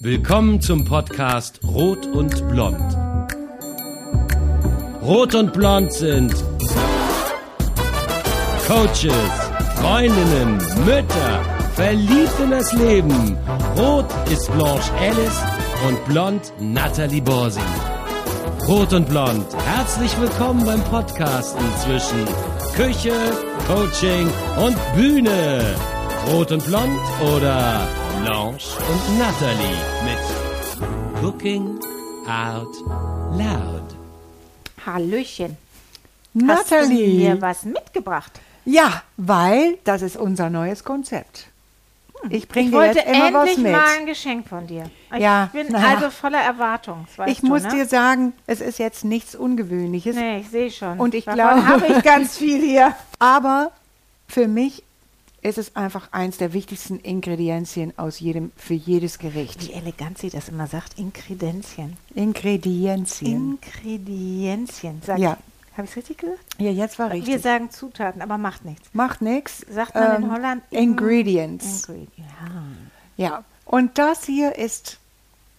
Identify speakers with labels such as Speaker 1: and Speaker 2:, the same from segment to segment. Speaker 1: Willkommen zum Podcast Rot und Blond. Rot und Blond sind Coaches, Freundinnen, Mütter, verliebt in das Leben. Rot ist Blanche Alice und Blond Nathalie Borsi. Rot und Blond, herzlich willkommen beim Podcasten zwischen Küche, Coaching und Bühne. Rot und Blond oder Blanche und Nathalie mit Cooking Out Loud.
Speaker 2: Hallöchen. Hast du
Speaker 3: Natalie.
Speaker 2: mir was mitgebracht?
Speaker 3: Ja, weil das ist unser neues Konzept. Ich
Speaker 2: Hm, Ich
Speaker 3: bringe dir
Speaker 2: wollte
Speaker 3: jetzt immer was
Speaker 2: endlich
Speaker 3: mit.
Speaker 2: mal ein Geschenk von dir. Ich
Speaker 3: Ja,
Speaker 2: bin
Speaker 3: naja.
Speaker 2: also voller Erwartung. das Weißt
Speaker 3: ich muss
Speaker 2: du, ne?
Speaker 3: dir sagen, es ist jetzt nichts Ungewöhnliches,
Speaker 2: Nee, ich sehe schon.
Speaker 3: Und ich
Speaker 2: Davon
Speaker 3: glaube-
Speaker 2: habe ich ganz viel hier.
Speaker 3: aber für mich ist es einfach eins der wichtigsten Ingredienzien aus jedem für jedes Gericht.
Speaker 2: Wie elegant sie das immer sagt. Inkredenzien.
Speaker 3: Ingredienzien.
Speaker 2: Ingredienzien. Sag
Speaker 3: Ja.
Speaker 2: ich. Habe ich es richtig gesagt?
Speaker 3: ja, jetzt war
Speaker 2: Wir
Speaker 3: richtig.
Speaker 2: sagen Zutaten, aber macht nichts.
Speaker 3: Macht nichts.
Speaker 2: Sagt man in Holland in-
Speaker 3: Ingredients.
Speaker 2: Ingredients. Ja.
Speaker 3: Ja, und das hier ist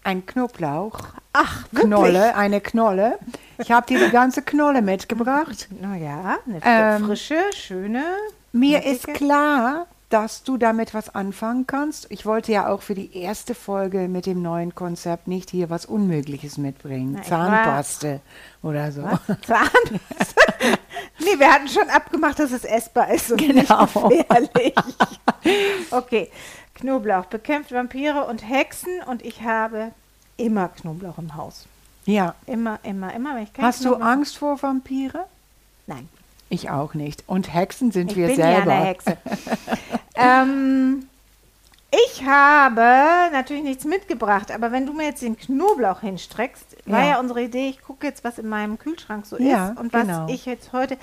Speaker 3: ein Knoblauch.
Speaker 2: Ach, wirklich?
Speaker 3: Knolle, eine Knolle. Ich habe dir die ganze Knolle mitgebracht.
Speaker 2: Naja, eine
Speaker 3: Ähm,
Speaker 2: frische, schöne.
Speaker 3: Mir
Speaker 2: eine
Speaker 3: ist
Speaker 2: dicke.
Speaker 3: klar, dass du damit was anfangen kannst. Ich wollte ja auch für die erste Folge mit dem neuen Konzept nicht hier was Unmögliches mitbringen.
Speaker 2: Na, ich war-
Speaker 3: Zahnpaste oder so.
Speaker 2: Zahnpasta. nee, wir hatten schon abgemacht, dass es essbar ist und
Speaker 3: Genau.
Speaker 2: nicht gefährlich. Okay, Knoblauch bekämpft Vampire und Hexen und ich habe immer Knoblauch im Haus.
Speaker 3: Ja.
Speaker 2: Immer, immer, immer. Wenn ich keinen
Speaker 3: Hast du
Speaker 2: Knoblauch-
Speaker 3: Angst vor Vampire?
Speaker 2: Nein,
Speaker 3: Ich auch nicht. Und Hexen sind
Speaker 2: ich
Speaker 3: wir
Speaker 2: bin
Speaker 3: selber.
Speaker 2: ja eine Hexe. ähm, ich habe natürlich nichts mitgebracht, aber wenn du mir jetzt den Knoblauch hinstreckst, war
Speaker 3: Ja.
Speaker 2: ja, unsere Idee, ich gucke jetzt, was in meinem Kühlschrank so
Speaker 3: Ja,
Speaker 2: ist und was
Speaker 3: genau.
Speaker 2: ich jetzt heute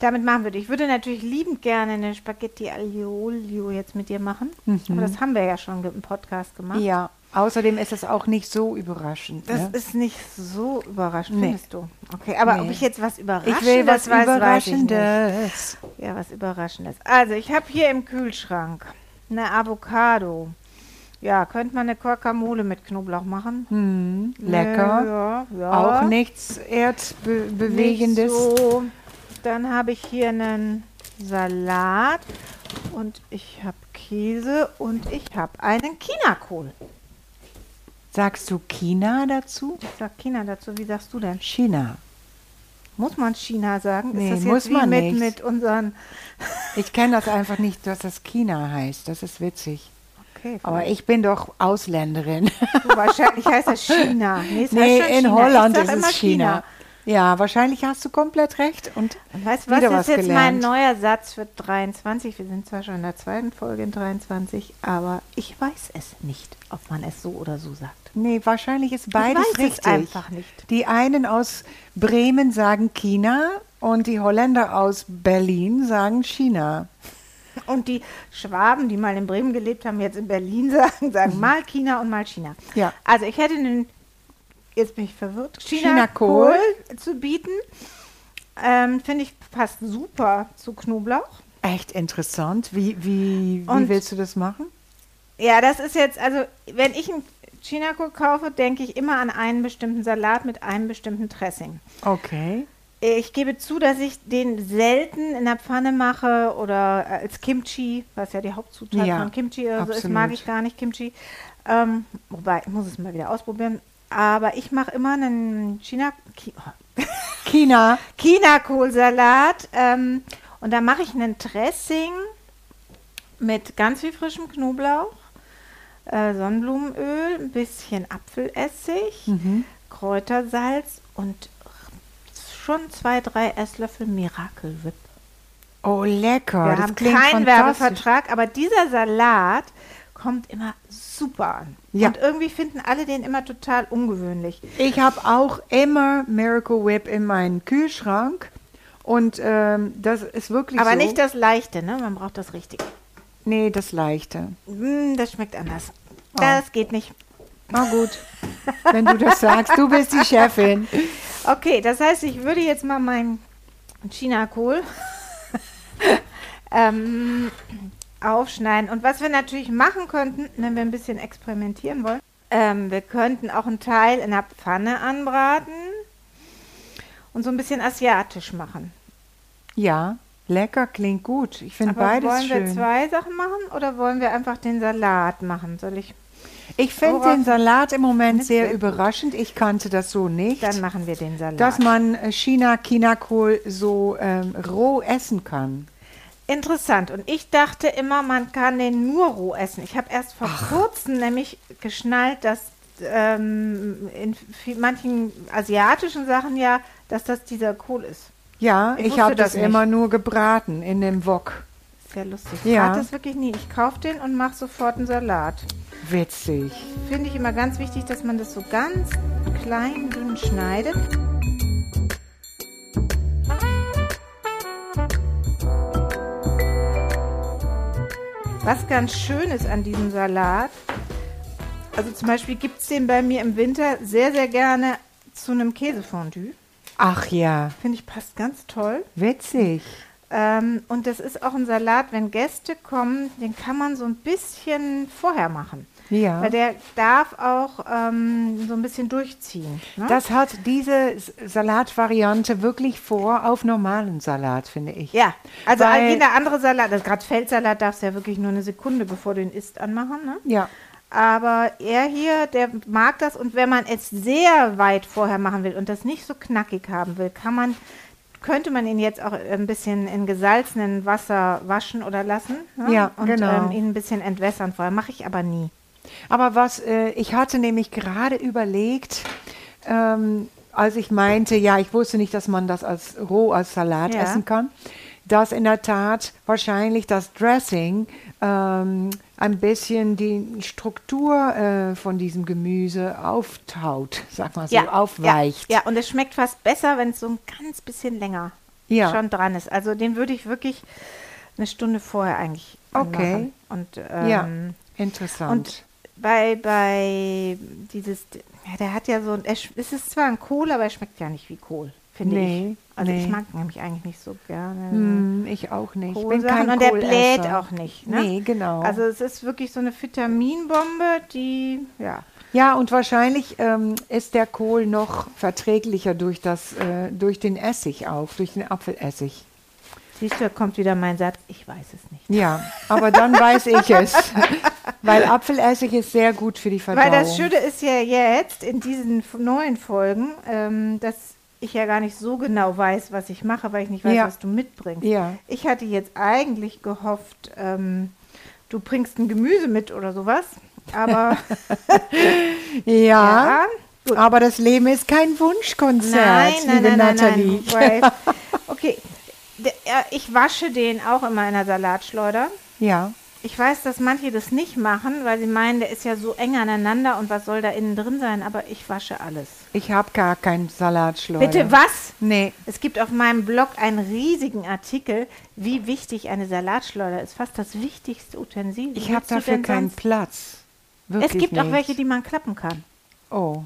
Speaker 2: damit machen würde. Ich würde natürlich liebend gerne eine Spaghetti Aglio jetzt mit dir machen, aber das haben wir ja schon ge- im Podcast gemacht.
Speaker 3: Mhm. Ja. Außerdem ist es auch nicht so überraschend.
Speaker 2: ne? Das
Speaker 3: ne?
Speaker 2: ist nicht so überraschend,
Speaker 3: Nee.
Speaker 2: findest du? Okay, aber ob
Speaker 3: Nee.
Speaker 2: ich jetzt was Überraschendes
Speaker 3: ich will was
Speaker 2: weiß, weiß ich nicht.
Speaker 3: Überraschendes.
Speaker 2: Ja, was Überraschendes. Also, ich habe hier im Kühlschrank eine Avocado. Ja, könnte man eine Guacamole mit Knoblauch machen?
Speaker 3: Hm, lecker.
Speaker 2: Nee, ja, ja.
Speaker 3: Auch nichts Erdbewegendes.
Speaker 2: Nicht so. Dann habe ich hier einen Salat und ich habe Käse und ich habe einen Chinakohl.
Speaker 3: Sagst du China dazu?
Speaker 2: Ich sag China dazu, wie sagst du denn?
Speaker 3: China.
Speaker 2: Muss man China sagen? Ist
Speaker 3: Nee,
Speaker 2: das jetzt
Speaker 3: muss
Speaker 2: wie
Speaker 3: man
Speaker 2: mit,
Speaker 3: nicht.
Speaker 2: mit unseren...
Speaker 3: Ich kenne das einfach nicht, dass das China heißt. Das ist witzig.
Speaker 2: Okay,
Speaker 3: Aber ich bin doch Ausländerin.
Speaker 2: du, Oh, wahrscheinlich heißt das China. Nee, es heißt
Speaker 3: nee,
Speaker 2: schon
Speaker 3: in
Speaker 2: China. Ich
Speaker 3: Holland
Speaker 2: sag
Speaker 3: ist
Speaker 2: immer
Speaker 3: es China. Ja, wahrscheinlich hast du komplett recht. Und
Speaker 2: Und weißt du, was
Speaker 3: wieder
Speaker 2: ist
Speaker 3: was
Speaker 2: jetzt mein
Speaker 3: gelernt.
Speaker 2: neuer Satz für 23? Wir sind zwar schon in der zweiten Folge in 23, aber ich weiß es nicht, ob man es so oder so sagt.
Speaker 3: nee, wahrscheinlich ist beides
Speaker 2: weiß es
Speaker 3: richtig.
Speaker 2: einfach nicht.
Speaker 3: Die einen aus Bremen sagen China und die Holländer aus Berlin sagen China.
Speaker 2: Und die Schwaben, die mal in Bremen gelebt haben, jetzt in Berlin sagen, sagen mal China und mal China.
Speaker 3: Mhm. Ja.
Speaker 2: Also ich hätte einen, jetzt bin ich verwirrt,
Speaker 3: China-Kohl.
Speaker 2: China-Kohl zu bieten. Ähm, Finde ich passt super zu Knoblauch.
Speaker 3: Echt interessant. Wie, wie, wie
Speaker 2: Und-
Speaker 3: willst du das machen?
Speaker 2: Ja, das ist jetzt, also wenn ich einen Chinakohl kaufe, denke ich immer an einen bestimmten Salat mit einem bestimmten Dressing.
Speaker 3: Okay.
Speaker 2: Ich gebe zu, dass ich den selten in der Pfanne mache oder äh, als Kimchi, was ja die Hauptzutat
Speaker 3: Ja,
Speaker 2: von Kimchi oder so ist, Also,
Speaker 3: absolut.
Speaker 2: mag ich gar nicht Kimchi. Ähm, wobei, ich muss es mal wieder ausprobieren. Aber ich mache immer einen China, Ki- oh,
Speaker 3: China.
Speaker 2: China-Kohlsalat ähm, und da mache ich einen Dressing mit ganz viel frischem Knoblauch, äh, Sonnenblumenöl, ein bisschen Apfelessig,
Speaker 3: Mhm.
Speaker 2: Kräutersalz und schon zwei, drei Esslöffel Miracle Whip.
Speaker 3: Oh, lecker.
Speaker 2: Wir
Speaker 3: das
Speaker 2: haben
Speaker 3: klingt
Speaker 2: keinen
Speaker 3: fantastisch.
Speaker 2: Werbevertrag, aber dieser Salat kommt immer super an.
Speaker 3: Ja.
Speaker 2: Und irgendwie finden alle den immer total ungewöhnlich.
Speaker 3: Ich habe auch immer Miracle Whip in meinen Kühlschrank. Und ähm, das ist wirklich
Speaker 2: Aber
Speaker 3: so.
Speaker 2: nicht das Leichte, ne? Man braucht das Richtige.
Speaker 3: Nee, das Leichte.
Speaker 2: Mm, das schmeckt anders.
Speaker 3: Oh.
Speaker 2: Das geht nicht.
Speaker 3: Na gut. Wenn du das sagst, du bist die Chefin.
Speaker 2: Okay, das heißt, ich würde jetzt mal meinen China-Kohl ähm, aufschneiden. Und was wir natürlich machen könnten, wenn wir ein bisschen experimentieren wollen, ähm, wir könnten auch einen Teil in der Pfanne anbraten und so ein bisschen asiatisch machen.
Speaker 3: Ja, lecker klingt gut. Ich finde
Speaker 2: Aber
Speaker 3: beides
Speaker 2: wollen wir
Speaker 3: schön.
Speaker 2: zwei Sachen machen oder wollen wir einfach den Salat machen? Soll ich?
Speaker 3: Ich finde
Speaker 2: Worauf-
Speaker 3: den Salat im Moment sehr
Speaker 2: Nützlich.
Speaker 3: überraschend. Ich kannte das so nicht,
Speaker 2: Dann machen wir den Salat.
Speaker 3: dass man äh, China-Chinakohl so ähm, roh essen kann.
Speaker 2: Interessant. Und ich dachte immer, man kann den nur roh essen. Ich habe erst vor kurzem nämlich geschnallt, dass ähm, in viel- manchen asiatischen Sachen ja, dass das dieser Kohl ist.
Speaker 3: Ja,
Speaker 2: Ich
Speaker 3: ich,
Speaker 2: wusste
Speaker 3: habe das
Speaker 2: das nicht.
Speaker 3: immer nur gebraten in dem Wok.
Speaker 2: Ist ja lustig. Ich
Speaker 3: Ja.
Speaker 2: ja. das wirklich nie. Ich kaufe den und mache sofort einen Salat.
Speaker 3: Witzig.
Speaker 2: Finde ich immer ganz wichtig, dass man das so ganz klein dünn schneidet. Was ganz schön ist an diesem Salat, also zum Beispiel gibt es den bei mir im Winter sehr, sehr gerne zu einem Käsefondue.
Speaker 3: Ach ja,
Speaker 2: Finde ich passt ganz toll.
Speaker 3: witzig.
Speaker 2: Ähm, und das ist auch ein Salat, wenn Gäste kommen, den kann man so ein bisschen vorher machen.
Speaker 3: Ja.
Speaker 2: Weil der darf auch ähm, so ein bisschen durchziehen. Ne?
Speaker 3: Das hat diese S- Salatvariante wirklich vor auf normalen Salat, finde ich.
Speaker 2: ja, also
Speaker 3: Weil-
Speaker 2: jeder andere Salat, also gerade Feldsalat darfst du ja wirklich nur eine Sekunde, bevor du ihn isst, anmachen. Ne?
Speaker 3: Ja.
Speaker 2: Aber er hier, der mag das und wenn man es sehr weit vorher machen will und das nicht so knackig haben will, kann man, könnte man ihn jetzt auch ein bisschen in gesalzenem Wasser waschen oder lassen ne?
Speaker 3: Ja,
Speaker 2: und
Speaker 3: genau.
Speaker 2: ähm, ihn ein bisschen entwässern vorher. Mache ich aber nie.
Speaker 3: Aber was, äh, ich hatte nämlich gerade überlegt, ähm, als ich meinte, ja, ich wusste nicht, dass man das als roh als Salat
Speaker 2: Ja.
Speaker 3: essen kann, dass in der Tat wahrscheinlich das Dressing ähm, ein bisschen die Struktur äh, von diesem Gemüse auftaut, sag mal so, aufweicht.
Speaker 2: Ja, ja, und es schmeckt fast besser, wenn es so ein ganz bisschen länger
Speaker 3: Ja.
Speaker 2: schon dran ist. Also den würde ich wirklich eine Stunde vorher eigentlich
Speaker 3: Okay.
Speaker 2: anmachen. Und,
Speaker 3: Ja,
Speaker 2: ähm,
Speaker 3: interessant.
Speaker 2: und bei, bei dieses, ja, der hat ja so, ein- er, sch- es ist zwar ein Kohl, aber er schmeckt ja nicht wie Kohl, finde
Speaker 3: Nee,
Speaker 2: ich. Also ich
Speaker 3: nee.
Speaker 2: mag nämlich eigentlich nicht so gerne.
Speaker 3: Hm, ich auch nicht. Ich bin
Speaker 2: Kohlsachen
Speaker 3: kein
Speaker 2: und der
Speaker 3: Kohlässer.
Speaker 2: bläht auch nicht. Ne?
Speaker 3: Nee, genau.
Speaker 2: Also es ist wirklich so eine Vitaminbombe, die, ja,
Speaker 3: Ja, und wahrscheinlich ähm, ist der Kohl noch verträglicher durch, das, äh, durch den Essig auch, durch den Apfelessig.
Speaker 2: siehst du, da kommt wieder mein Satz, ich weiß es nicht.
Speaker 3: Ja, aber dann weiß ich es. Weil Apfelessig ist sehr gut für die Verdauung.
Speaker 2: Weil das Schöne ist ja jetzt in diesen f- neuen Folgen, ähm, dass ich ja gar nicht so genau weiß, was ich mache, weil ich nicht weiß,
Speaker 3: Ja.
Speaker 2: was du mitbringst.
Speaker 3: Ja.
Speaker 2: Ich hatte jetzt eigentlich gehofft, ähm, du bringst ein Gemüse mit oder sowas. Aber
Speaker 3: Ja,
Speaker 2: ja, gut.
Speaker 3: aber das Leben ist kein Wunschkonzert,
Speaker 2: Nein, nein,
Speaker 3: liebe
Speaker 2: nein, nein,
Speaker 3: Nathalie.
Speaker 2: nein. Wobei, okay, der, äh, ich wasche den auch immer in der Salatschleuder.
Speaker 3: Ja,
Speaker 2: Ich weiß, dass manche das nicht machen, weil sie meinen, der ist ja so eng aneinander und was soll da innen drin sein, aber ich wasche alles.
Speaker 3: ich habe gar keinen Salatschleuder.
Speaker 2: Bitte was?
Speaker 3: Nee.
Speaker 2: Es gibt auf meinem Blog einen riesigen Artikel, wie wichtig eine Salatschleuder ist. Fast das wichtigste Utensil. Wie
Speaker 3: Ich habe
Speaker 2: willst du
Speaker 3: dafür
Speaker 2: denn
Speaker 3: keinen
Speaker 2: sonst-
Speaker 3: Platz. Wirklich
Speaker 2: Es gibt
Speaker 3: nicht.
Speaker 2: auch welche, die man klappen kann.
Speaker 3: Oh,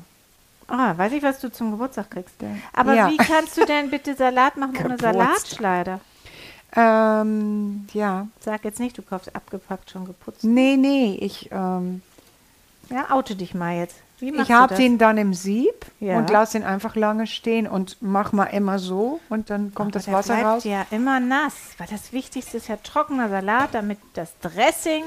Speaker 2: Ah, weiß ich, was du zum Geburtstag kriegst. Aber
Speaker 3: Ja.
Speaker 2: wie kannst du denn bitte Salat machen ohne
Speaker 3: Geburtstag.
Speaker 2: Salatschleuder?
Speaker 3: ähm, ja.
Speaker 2: Sag jetzt nicht, du kaufst abgepackt schon geputzt.
Speaker 3: Nee, nee, ich... Ähm,
Speaker 2: Ja, oute dich mal jetzt. Wie machst
Speaker 3: Ich
Speaker 2: du
Speaker 3: habe
Speaker 2: das?
Speaker 3: den dann im Sieb
Speaker 2: Ja.
Speaker 3: und lasse ihn einfach lange stehen und mach mal immer so und dann kommt das
Speaker 2: Aber der
Speaker 3: Wasser
Speaker 2: bleibt
Speaker 3: raus.
Speaker 2: ja immer nass, weil das Wichtigste ist ja trockener Salat, damit das Dressing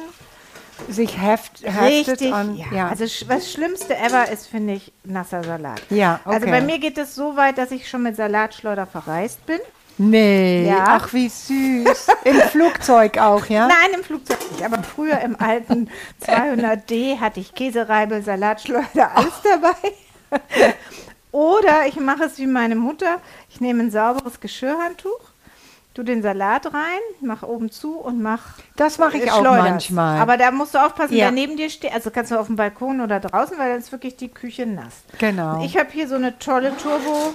Speaker 3: Sich heft, heftet
Speaker 2: Richtig,
Speaker 3: an.
Speaker 2: ja. Also sch was Schlimmste ever ist, finde ich, nasser Salat.
Speaker 3: Ja,
Speaker 2: Also
Speaker 3: okay.
Speaker 2: bei mir geht es so weit, dass ich schon mit Salatschleuder verreist bin.
Speaker 3: nee,
Speaker 2: Ja.
Speaker 3: ach wie süß. Im Flugzeug auch, ja?
Speaker 2: Nein, im Flugzeug nicht, aber früher im alten 200D hatte ich Käsereibel, Salatschleuder, alles
Speaker 3: Oh.
Speaker 2: dabei. Oder ich mache es wie meine Mutter, ich nehme ein sauberes Geschirrhandtuch, tu den Salat rein, mach oben zu und mach
Speaker 3: Das mache ich auch
Speaker 2: Schleuders.
Speaker 3: manchmal.
Speaker 2: Aber da musst du aufpassen,
Speaker 3: Ja.
Speaker 2: wer neben dir steht. Also kannst du auf dem Balkon oder draußen, weil dann ist wirklich die Küche nass.
Speaker 3: Genau.
Speaker 2: Ich habe hier so eine tolle Turbo.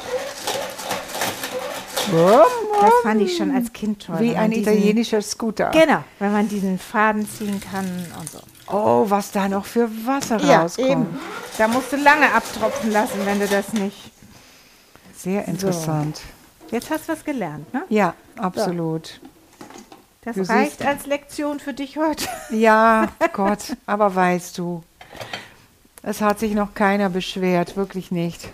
Speaker 2: Das
Speaker 3: Wumm,
Speaker 2: fand ich schon als Kind toll.
Speaker 3: wumm. Oh, Wie
Speaker 2: wenn man
Speaker 3: ein
Speaker 2: diesen-
Speaker 3: italienischer Scooter.
Speaker 2: Genau, wenn man diesen Faden ziehen kann und so.
Speaker 3: Oh, was da noch für Wasser rauskommt.
Speaker 2: Da musst du lange abtropfen lassen, wenn du das nicht.
Speaker 3: Sehr interessant.
Speaker 2: Jetzt hast du was gelernt, ne?
Speaker 3: Ja, absolut.
Speaker 2: Das
Speaker 3: Du
Speaker 2: reicht
Speaker 3: siehst.
Speaker 2: als Lektion für dich heute.
Speaker 3: Ja, Gott, aber weißt du, es hat sich noch keiner beschwert, wirklich nicht.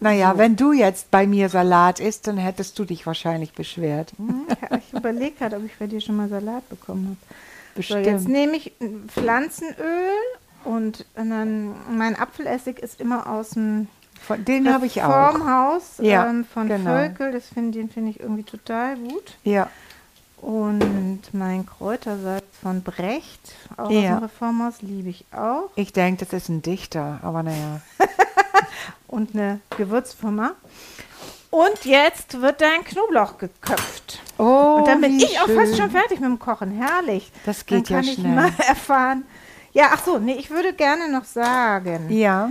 Speaker 3: Naja, wenn du jetzt bei mir Salat isst, dann hättest du dich wahrscheinlich beschwert. Hm,
Speaker 2: Ja, Hm, ich überlege gerade, ob ich bei dir schon mal Salat bekommen habe. So, jetzt
Speaker 3: Bestimmt.
Speaker 2: nehme ich äh, Pflanzenöl und dann mein Apfelessig ist immer aus dem
Speaker 3: Von, den habe ich auch.
Speaker 2: Reformhaus
Speaker 3: Ja,
Speaker 2: ähm, von
Speaker 3: genau.
Speaker 2: Völkel. Das find, den finde ich irgendwie total gut.
Speaker 3: Ja,
Speaker 2: Und mein Kräutersalz von Brecht, auch
Speaker 3: Ja.
Speaker 2: aus dem Reformhaus, liebe ich auch.
Speaker 3: ich denke, das ist ein Dichter, aber naja.
Speaker 2: Und eine Gewürzfirma. Und jetzt wird dein Knoblauch geköpft.
Speaker 3: Oh,
Speaker 2: Und dann bin
Speaker 3: wie
Speaker 2: ich auch fast
Speaker 3: schön.
Speaker 2: schon fertig mit dem Kochen. Herrlich.
Speaker 3: Das
Speaker 2: Dann
Speaker 3: geht ja
Speaker 2: kann ich
Speaker 3: schnell.
Speaker 2: mal erfahren. Ja, ach so, nee, ich würde gerne noch sagen.
Speaker 3: Ja,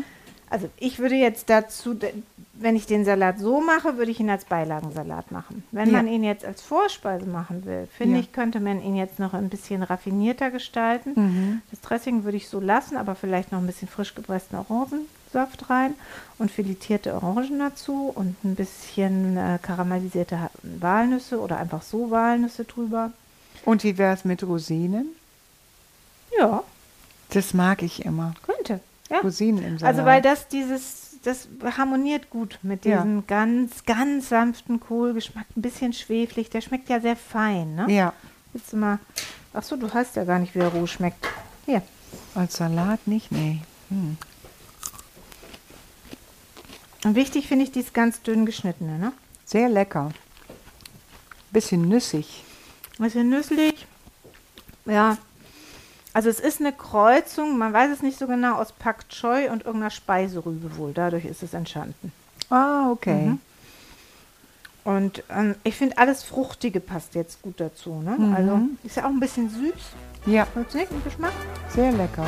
Speaker 2: Also ich würde jetzt dazu, d- wenn ich den Salat so mache, würde ich ihn als Beilagensalat machen. Wenn
Speaker 3: Ja.
Speaker 2: man ihn jetzt als Vorspeise machen will, finde
Speaker 3: Ja.
Speaker 2: ich, könnte man ihn jetzt noch ein bisschen raffinierter gestalten.
Speaker 3: Mhm.
Speaker 2: Das Dressing würde ich so lassen, aber vielleicht noch ein bisschen frisch gepressten Orangensaft rein und filetierte Orangen dazu und ein bisschen äh, karamellisierte Ha- Walnüsse oder einfach so Walnüsse drüber.
Speaker 3: und wie wäre es mit Rosinen?
Speaker 2: Ja,
Speaker 3: Das mag ich immer.
Speaker 2: könnte. Ja.
Speaker 3: Rosinen im Salat.
Speaker 2: Also weil das dieses, das harmoniert gut mit
Speaker 3: Ja.
Speaker 2: diesem ganz, ganz sanften Kohlgeschmack, ein bisschen schweflig, der schmeckt ja sehr fein, ne?
Speaker 3: Ja,
Speaker 2: Jetzt mal, ach so, du hast ja gar nicht, wie er roh schmeckt. Hier,
Speaker 3: als Salat nicht, nee. Hm.
Speaker 2: und wichtig finde ich dieses ganz dünn geschnittene, ne?
Speaker 3: Sehr lecker. Bisschen nüssig.
Speaker 2: Bisschen nüsslich, ja. Also es ist eine Kreuzung, man weiß es nicht so genau, aus Pak Choi und irgendeiner Speiserübe wohl, dadurch ist es entstanden.
Speaker 3: Ah, okay.
Speaker 2: Und ähm, ich finde, alles Fruchtige passt jetzt gut dazu, ne?
Speaker 3: Mhm.
Speaker 2: Also ist ja auch ein bisschen süß.
Speaker 3: Ja,
Speaker 2: Wird's nicht im Geschmack?
Speaker 3: sehr lecker.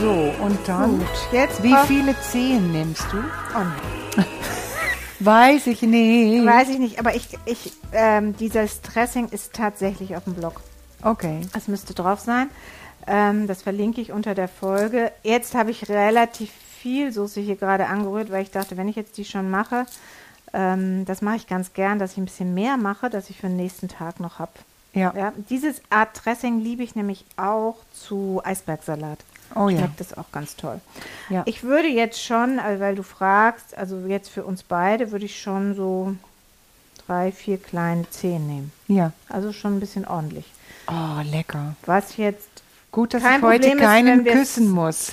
Speaker 3: So, und dann,
Speaker 2: Jetzt
Speaker 3: wie
Speaker 2: brauch-
Speaker 3: viele Zehen nimmst du?
Speaker 2: Oh, nee.
Speaker 3: Weiß ich nicht.
Speaker 2: Weiß ich nicht, aber ich, ich ähm, dieses Dressing ist tatsächlich auf dem Blog.
Speaker 3: Okay.
Speaker 2: Es müsste drauf sein. Ähm, das verlinke ich unter der Folge. Jetzt habe ich relativ viel Soße hier gerade angerührt, weil ich dachte, wenn ich jetzt die schon mache, ähm, das mache ich ganz gern, dass ich ein bisschen mehr mache, dass ich für den nächsten Tag noch habe.
Speaker 3: Ja.
Speaker 2: Ja, dieses Art Dressing liebe ich nämlich auch zu Eisbergsalat.
Speaker 3: Oh ja.
Speaker 2: Schmeckt es auch ganz toll.
Speaker 3: Ja.
Speaker 2: Ich würde jetzt schon, also weil du fragst, also jetzt für uns beide würde ich schon so drei, vier kleine Zehen nehmen.
Speaker 3: Ja.
Speaker 2: Also schon ein bisschen ordentlich.
Speaker 3: Oh, lecker.
Speaker 2: Was jetzt
Speaker 3: Gut, dass
Speaker 2: Kein
Speaker 3: ich heute
Speaker 2: Problem ist,
Speaker 3: keinen
Speaker 2: wenn wir's-
Speaker 3: küssen muss.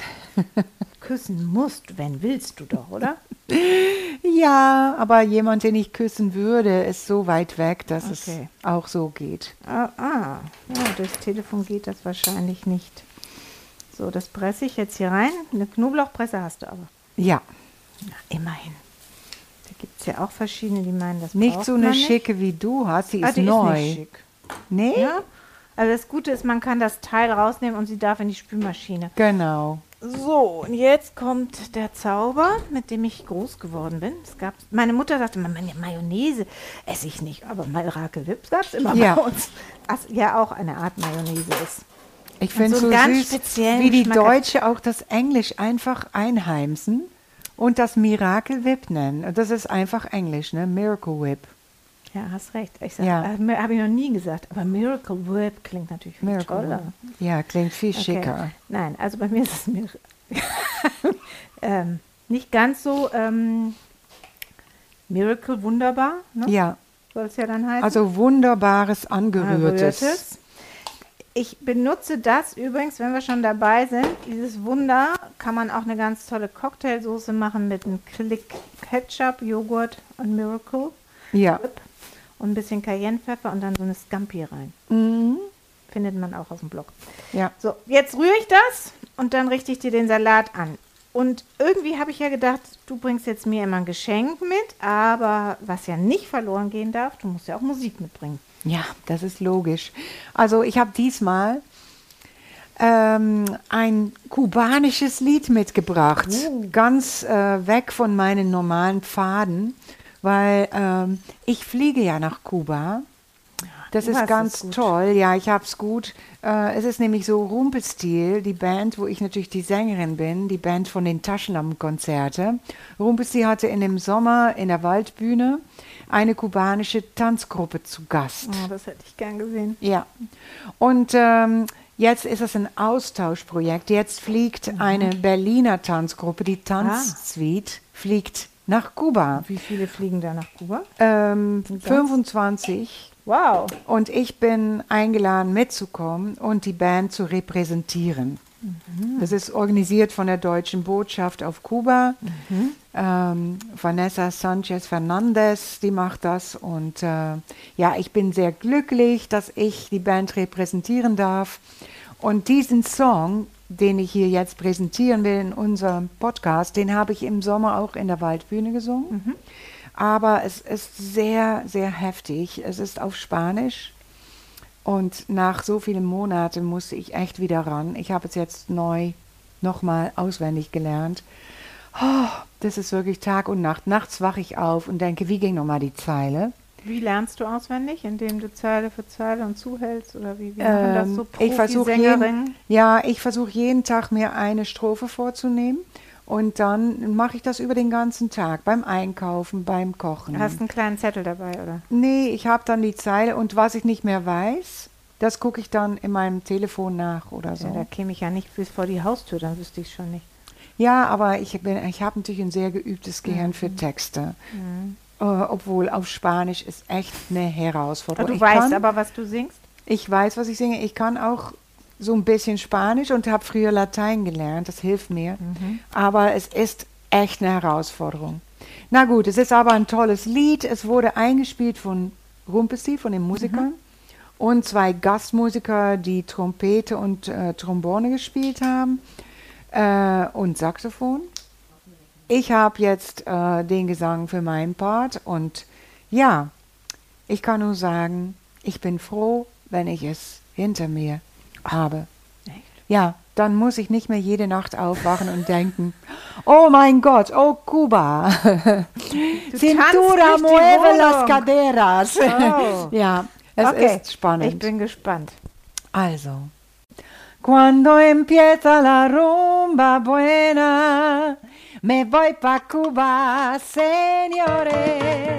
Speaker 2: küssen musst, wenn willst du doch, oder?
Speaker 3: Ja, aber jemand, den ich küssen würde, ist so weit weg, dass
Speaker 2: Okay.
Speaker 3: es auch so geht.
Speaker 2: ah, ah, ja, durchs Telefon geht das wahrscheinlich nicht. So, das presse ich jetzt hier rein. Eine Knoblauchpresse hast du aber.
Speaker 3: Ja,
Speaker 2: Na, immerhin. Da gibt es ja auch verschiedene, die meinen, das
Speaker 3: nicht
Speaker 2: braucht
Speaker 3: so eine
Speaker 2: man nicht.
Speaker 3: schicke wie du hast, sie
Speaker 2: Ah,
Speaker 3: ist
Speaker 2: die
Speaker 3: neu.
Speaker 2: Ist nicht schick.
Speaker 3: Nee?
Speaker 2: Ja? Also das Gute ist, man kann das Teil rausnehmen und sie darf in die Spülmaschine.
Speaker 3: Genau.
Speaker 2: So, und jetzt kommt der Zauber, mit dem ich groß geworden bin. Es gab, meine Mutter sagte immer, meine Mayonnaise esse ich nicht, aber Miracle Whips gab es immer
Speaker 3: Ja.
Speaker 2: bei uns. Was ja auch eine Art Mayonnaise ist.
Speaker 3: Ich finde
Speaker 2: so
Speaker 3: es
Speaker 2: einen
Speaker 3: so,
Speaker 2: ganz
Speaker 3: süß,
Speaker 2: speziellen
Speaker 3: wie die
Speaker 2: Geschmack hat-
Speaker 3: Deutsche auch das Englisch einfach einheimsen und das Miracle Whip nennen. Und Das ist einfach Englisch, ne? Miracle Whip.
Speaker 2: Ja, hast recht. Ich sag,
Speaker 3: Ja.
Speaker 2: äh, mir- habe ich noch nie gesagt, aber Miracle Whip klingt natürlich viel
Speaker 3: Miracle
Speaker 2: toller.
Speaker 3: Whip. Ja, klingt viel
Speaker 2: Okay.
Speaker 3: schicker.
Speaker 2: Nein, also bei mir ist es mir ähm, nicht ganz so ähm, Miracle wunderbar, ne?
Speaker 3: Ja,
Speaker 2: soll es ja dann heißen.
Speaker 3: also wunderbares
Speaker 2: Angerührtes.
Speaker 3: Angerührtes.
Speaker 2: Ich benutze das übrigens, wenn wir schon dabei sind, dieses Wunder, kann man auch eine ganz tolle Cocktailsoße machen mit einem Klick Ketchup, Joghurt und Miracle
Speaker 3: Ja.
Speaker 2: und ein bisschen Cayennepfeffer und dann so eine Scampi rein.
Speaker 3: Mhm.
Speaker 2: Findet man auch auf dem Blog.
Speaker 3: Ja.
Speaker 2: So, jetzt rühre ich das und dann richte ich dir den Salat an. Und irgendwie habe ich ja gedacht, du bringst jetzt mir immer ein Geschenk mit, aber was ja nicht verloren gehen darf, du musst ja auch Musik mitbringen.
Speaker 3: Ja, das ist logisch. Also ich habe diesmal ähm, ein kubanisches Lied mitgebracht,
Speaker 2: Oh.
Speaker 3: ganz äh, weg von meinen normalen Pfaden, weil ähm, ich fliege ja nach Kuba. Das
Speaker 2: Du hast
Speaker 3: ist
Speaker 2: es
Speaker 3: ganz
Speaker 2: gut.
Speaker 3: toll, ja, ich hab's gut. Äh, es ist nämlich so Rumpelstil, die Band, wo ich natürlich die Sängerin bin, die Band von den Taschenlampenkonzerte. Rumpelstil hatte in dem Sommer in der Waldbühne eine kubanische Tanzgruppe zu Gast.
Speaker 2: Oh, das hätte ich gern gesehen.
Speaker 3: Ja. Und ähm, jetzt ist es ein Austauschprojekt. Jetzt fliegt eine Berliner Tanzgruppe, die Tanzsuite, fliegt nach Kuba.
Speaker 2: Wie viele fliegen da nach Kuba?
Speaker 3: Ähm, 25.
Speaker 2: Wow.
Speaker 3: Und ich bin eingeladen, mitzukommen und die Band zu repräsentieren. Das ist organisiert von der Deutschen Botschaft auf Kuba. Ähm, Vanessa Sanchez Fernandez, die macht das. Und äh, ja, ich bin sehr glücklich, dass ich die Band repräsentieren darf. Und diesen Song, den ich hier jetzt präsentieren will in unserem Podcast, den habe ich im Sommer auch in der Waldbühne gesungen. Aber es ist sehr, sehr heftig. Es ist auf Spanisch. Und nach so vielen Monaten musste ich echt wieder ran. Ich habe es jetzt neu nochmal auswendig gelernt. Oh, das ist wirklich Tag und Nacht. Nachts wache ich auf und denke, wie ging nochmal die Zeile?
Speaker 2: Wie lernst du auswendig, indem du Zeile für Zeile und zuhältst? Oder wie, wie machen das
Speaker 3: Ähm,
Speaker 2: so
Speaker 3: ich versuche jeden,
Speaker 2: Profisängerinnen?
Speaker 3: ja, ich versuche jeden Tag mir eine Strophe vorzunehmen und dann mache ich das über den ganzen Tag beim Einkaufen, beim Kochen.
Speaker 2: Hast einen kleinen Zettel dabei, oder?
Speaker 3: Nee, ich habe dann die Zeile und was ich nicht mehr weiß, das gucke ich dann in meinem Telefon nach oder
Speaker 2: Ja, da
Speaker 3: so.
Speaker 2: käme ich ja nicht bis vor die Haustür, dann wüsste ich schon nicht.
Speaker 3: Ja, aber ich, bin- ich habe natürlich ein sehr geübtes Gehirn
Speaker 2: Mhm.
Speaker 3: für Texte. Äh, obwohl auf Spanisch ist echt eine Herausforderung.
Speaker 2: du
Speaker 3: ich
Speaker 2: weißt
Speaker 3: kann,
Speaker 2: aber, was du singst.
Speaker 3: Ich weiß, was ich singe. Ich kann auch so ein bisschen Spanisch und habe früher Latein gelernt. Das hilft mir. Aber es ist echt eine Herausforderung. Na gut, es ist aber ein tolles Lied. Es wurde eingespielt von Rumpelstil, von den Musikern. Und zwei Gastmusiker, die Trompete und äh, Trombone gespielt haben. Äh, und Saxophon. Ich habe jetzt äh, den Gesang für meinen Part. Und ja, ich kann nur sagen, ich bin froh, wenn ich es hinter mir habe. Ja, dann muss ich nicht mehr jede Nacht aufwachen und denken, oh mein Gott, oh Kuba, Cintura
Speaker 2: durch die
Speaker 3: mueve las
Speaker 2: Wohnung.
Speaker 3: caderas.
Speaker 2: Oh.
Speaker 3: ja, es
Speaker 2: okay.
Speaker 3: ist spannend.
Speaker 2: Ich bin gespannt.
Speaker 3: Also. Cuando empieza la rumba buena, me voy pa Cuba, señores.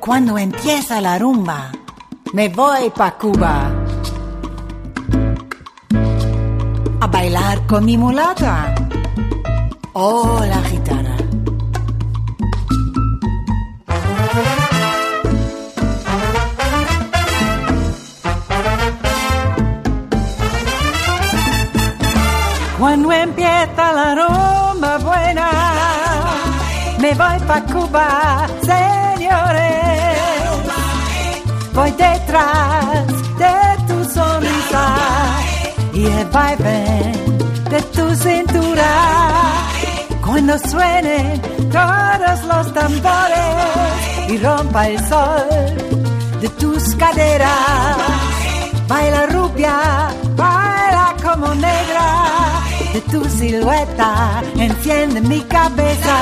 Speaker 3: Cuando empieza la rumba, me voy pa Cuba. A bailar con mi mulata. Oh, la guitarra. Cuando empieza la rumba buena, me voy pa Cuba, señores. Voy detrás de tu sonrisa y el vaivén de tu cintura. Cuando suenen todos los tambores y rompa el sol de tus caderas. Baila rubia, baila como negra. De tu silueta enciende mi cabeza.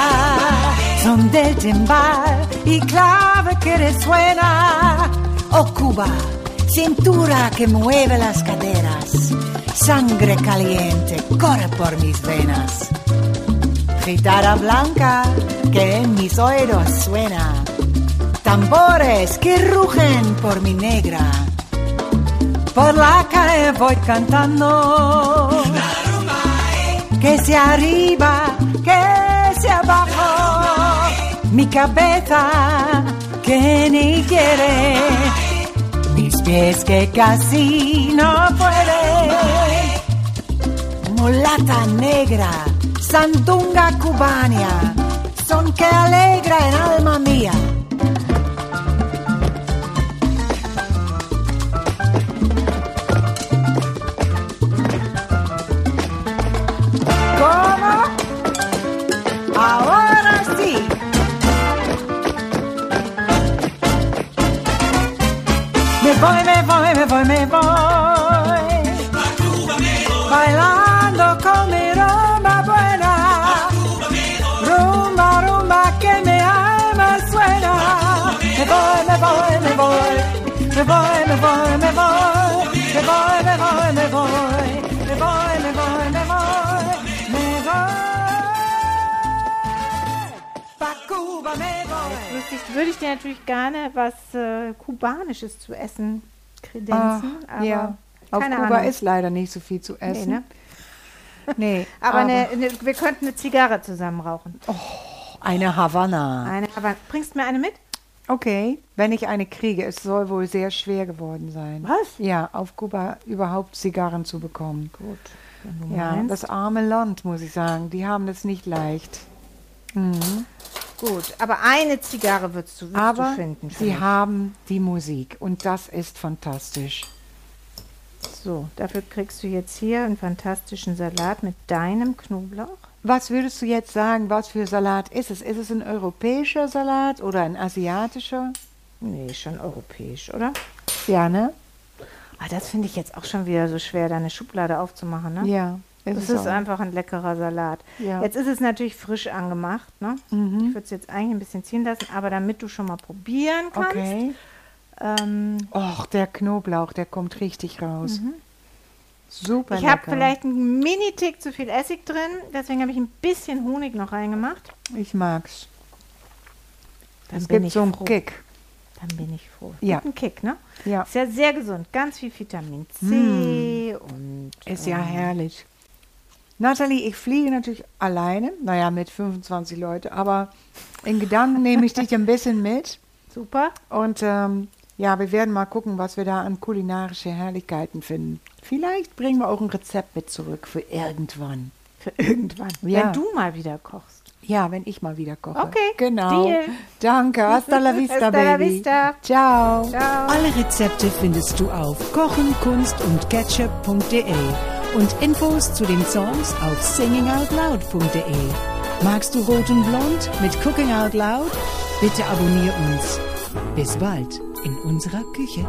Speaker 3: Son del timbal y clave que resuena. Oh Cuba, cintura que mueve las caderas. Sangre caliente corre por mis venas. Guitarra blanca que en mis oídos suena. Tambores que rugen por mi negra. Por la calle voy cantando. Que se arriba, que se abajo. Mi cabeza que ni quiere. Mis pies que casi no pueden mulata negra, sandunga cubana, son que alegra en alma mía. ¿Cómo? Ahora sí. Me voy, me voy, me voy, me voy. Bailando con mi rumba buena. Rumba, rumba, que mi alma suena. Ne Me voy, me voy, me voy. Me voy, me voy, me voy. Me voy, me voy, me voy. Me voy, me voy, me voy. Me voy. Pa' Cuba ne me voy.
Speaker 2: Wüsste ich- würde ich dir natürlich gerne was äh, Kubanisches zu essen kredenzen.
Speaker 3: Ach,
Speaker 2: aber
Speaker 3: Ah, ja. Auf
Speaker 2: keine
Speaker 3: Kuba
Speaker 2: Ahnung.
Speaker 3: ist leider nicht so viel zu essen.
Speaker 2: ne?
Speaker 3: Nee,
Speaker 2: Aber, Eine, eine, wir könnten eine Zigarre zusammen rauchen.
Speaker 3: eine Havanna.
Speaker 2: Eine, aber bringst du mir eine mit?
Speaker 3: Okay, wenn ich eine kriege, es soll wohl sehr schwer geworden sein.
Speaker 2: Was?
Speaker 3: Ja, auf Kuba überhaupt Zigarren zu bekommen. Gut.
Speaker 2: du
Speaker 3: Ja,
Speaker 2: meinst.
Speaker 3: das arme Land, muss ich sagen. Die haben das nicht leicht.
Speaker 2: Gut, aber eine Zigarre würdest du, würdest
Speaker 3: Aber
Speaker 2: du finden.
Speaker 3: sie
Speaker 2: finde
Speaker 3: haben die Musik und das ist fantastisch.
Speaker 2: ich. so, dafür kriegst du jetzt hier einen fantastischen Salat mit deinem Knoblauch.
Speaker 3: Was würdest du jetzt sagen, was für Salat ist es? Ist es ein europäischer Salat oder ein asiatischer?
Speaker 2: Nee, schon europäisch, oder?
Speaker 3: Ja, ne?
Speaker 2: Ah, das finde ich jetzt auch schon wieder so schwer, deine Schublade aufzumachen, ne?
Speaker 3: Ja.
Speaker 2: Das
Speaker 3: es
Speaker 2: ist
Speaker 3: auch.
Speaker 2: einfach ein leckerer Salat.
Speaker 3: Ja. Mhm.
Speaker 2: Jetzt ist es natürlich frisch angemacht. Ne? Ich würde es jetzt eigentlich ein bisschen ziehen lassen, aber damit du schon mal probieren kannst.
Speaker 3: Okay.
Speaker 2: Ähm,
Speaker 3: Och, der Knoblauch, der kommt richtig raus. Super
Speaker 2: Mhm. ich habe
Speaker 3: lecker.
Speaker 2: vielleicht einen Mini-Tick zu viel Essig drin, deswegen habe ich ein bisschen Honig noch reingemacht.
Speaker 3: Ich mag's.
Speaker 2: Dann
Speaker 3: es
Speaker 2: bin
Speaker 3: gibt
Speaker 2: ich
Speaker 3: so einen
Speaker 2: froh.
Speaker 3: Kick.
Speaker 2: Dann bin ich froh.
Speaker 3: Ja.
Speaker 2: Gibt einen Kick, ne?
Speaker 3: Ja. Mm.
Speaker 2: Ist ja sehr gesund. Ganz viel Vitamin C und
Speaker 3: Ist ja herrlich. Nathalie, ich fliege natürlich alleine, naja, mit 25 Leute, aber in Gedanken nehme ich dich ein bisschen mit.
Speaker 2: super.
Speaker 3: Und ähm, ja, wir werden mal gucken, was wir da an kulinarische Herrlichkeiten finden. Vielleicht bringen wir auch ein Rezept mit zurück für irgendwann.
Speaker 2: Für irgendwann.
Speaker 3: Ja.
Speaker 2: Wenn du mal wieder kochst.
Speaker 3: Ja, wenn ich mal wieder koche.
Speaker 2: Okay,
Speaker 3: Genau.
Speaker 2: deal.
Speaker 3: Danke. Hasta la vista,
Speaker 2: Hasta la
Speaker 3: Baby.
Speaker 2: vista.
Speaker 3: Ciao.
Speaker 2: Ciao.
Speaker 4: Alle Rezepte findest du auf kochenkunst und ketchup.de und Infos zu den Songs auf singingoutloud.de. Magst du Rot und Blond mit Cooking Out Loud? Bitte abonnier uns. Bis bald in unserer Küche.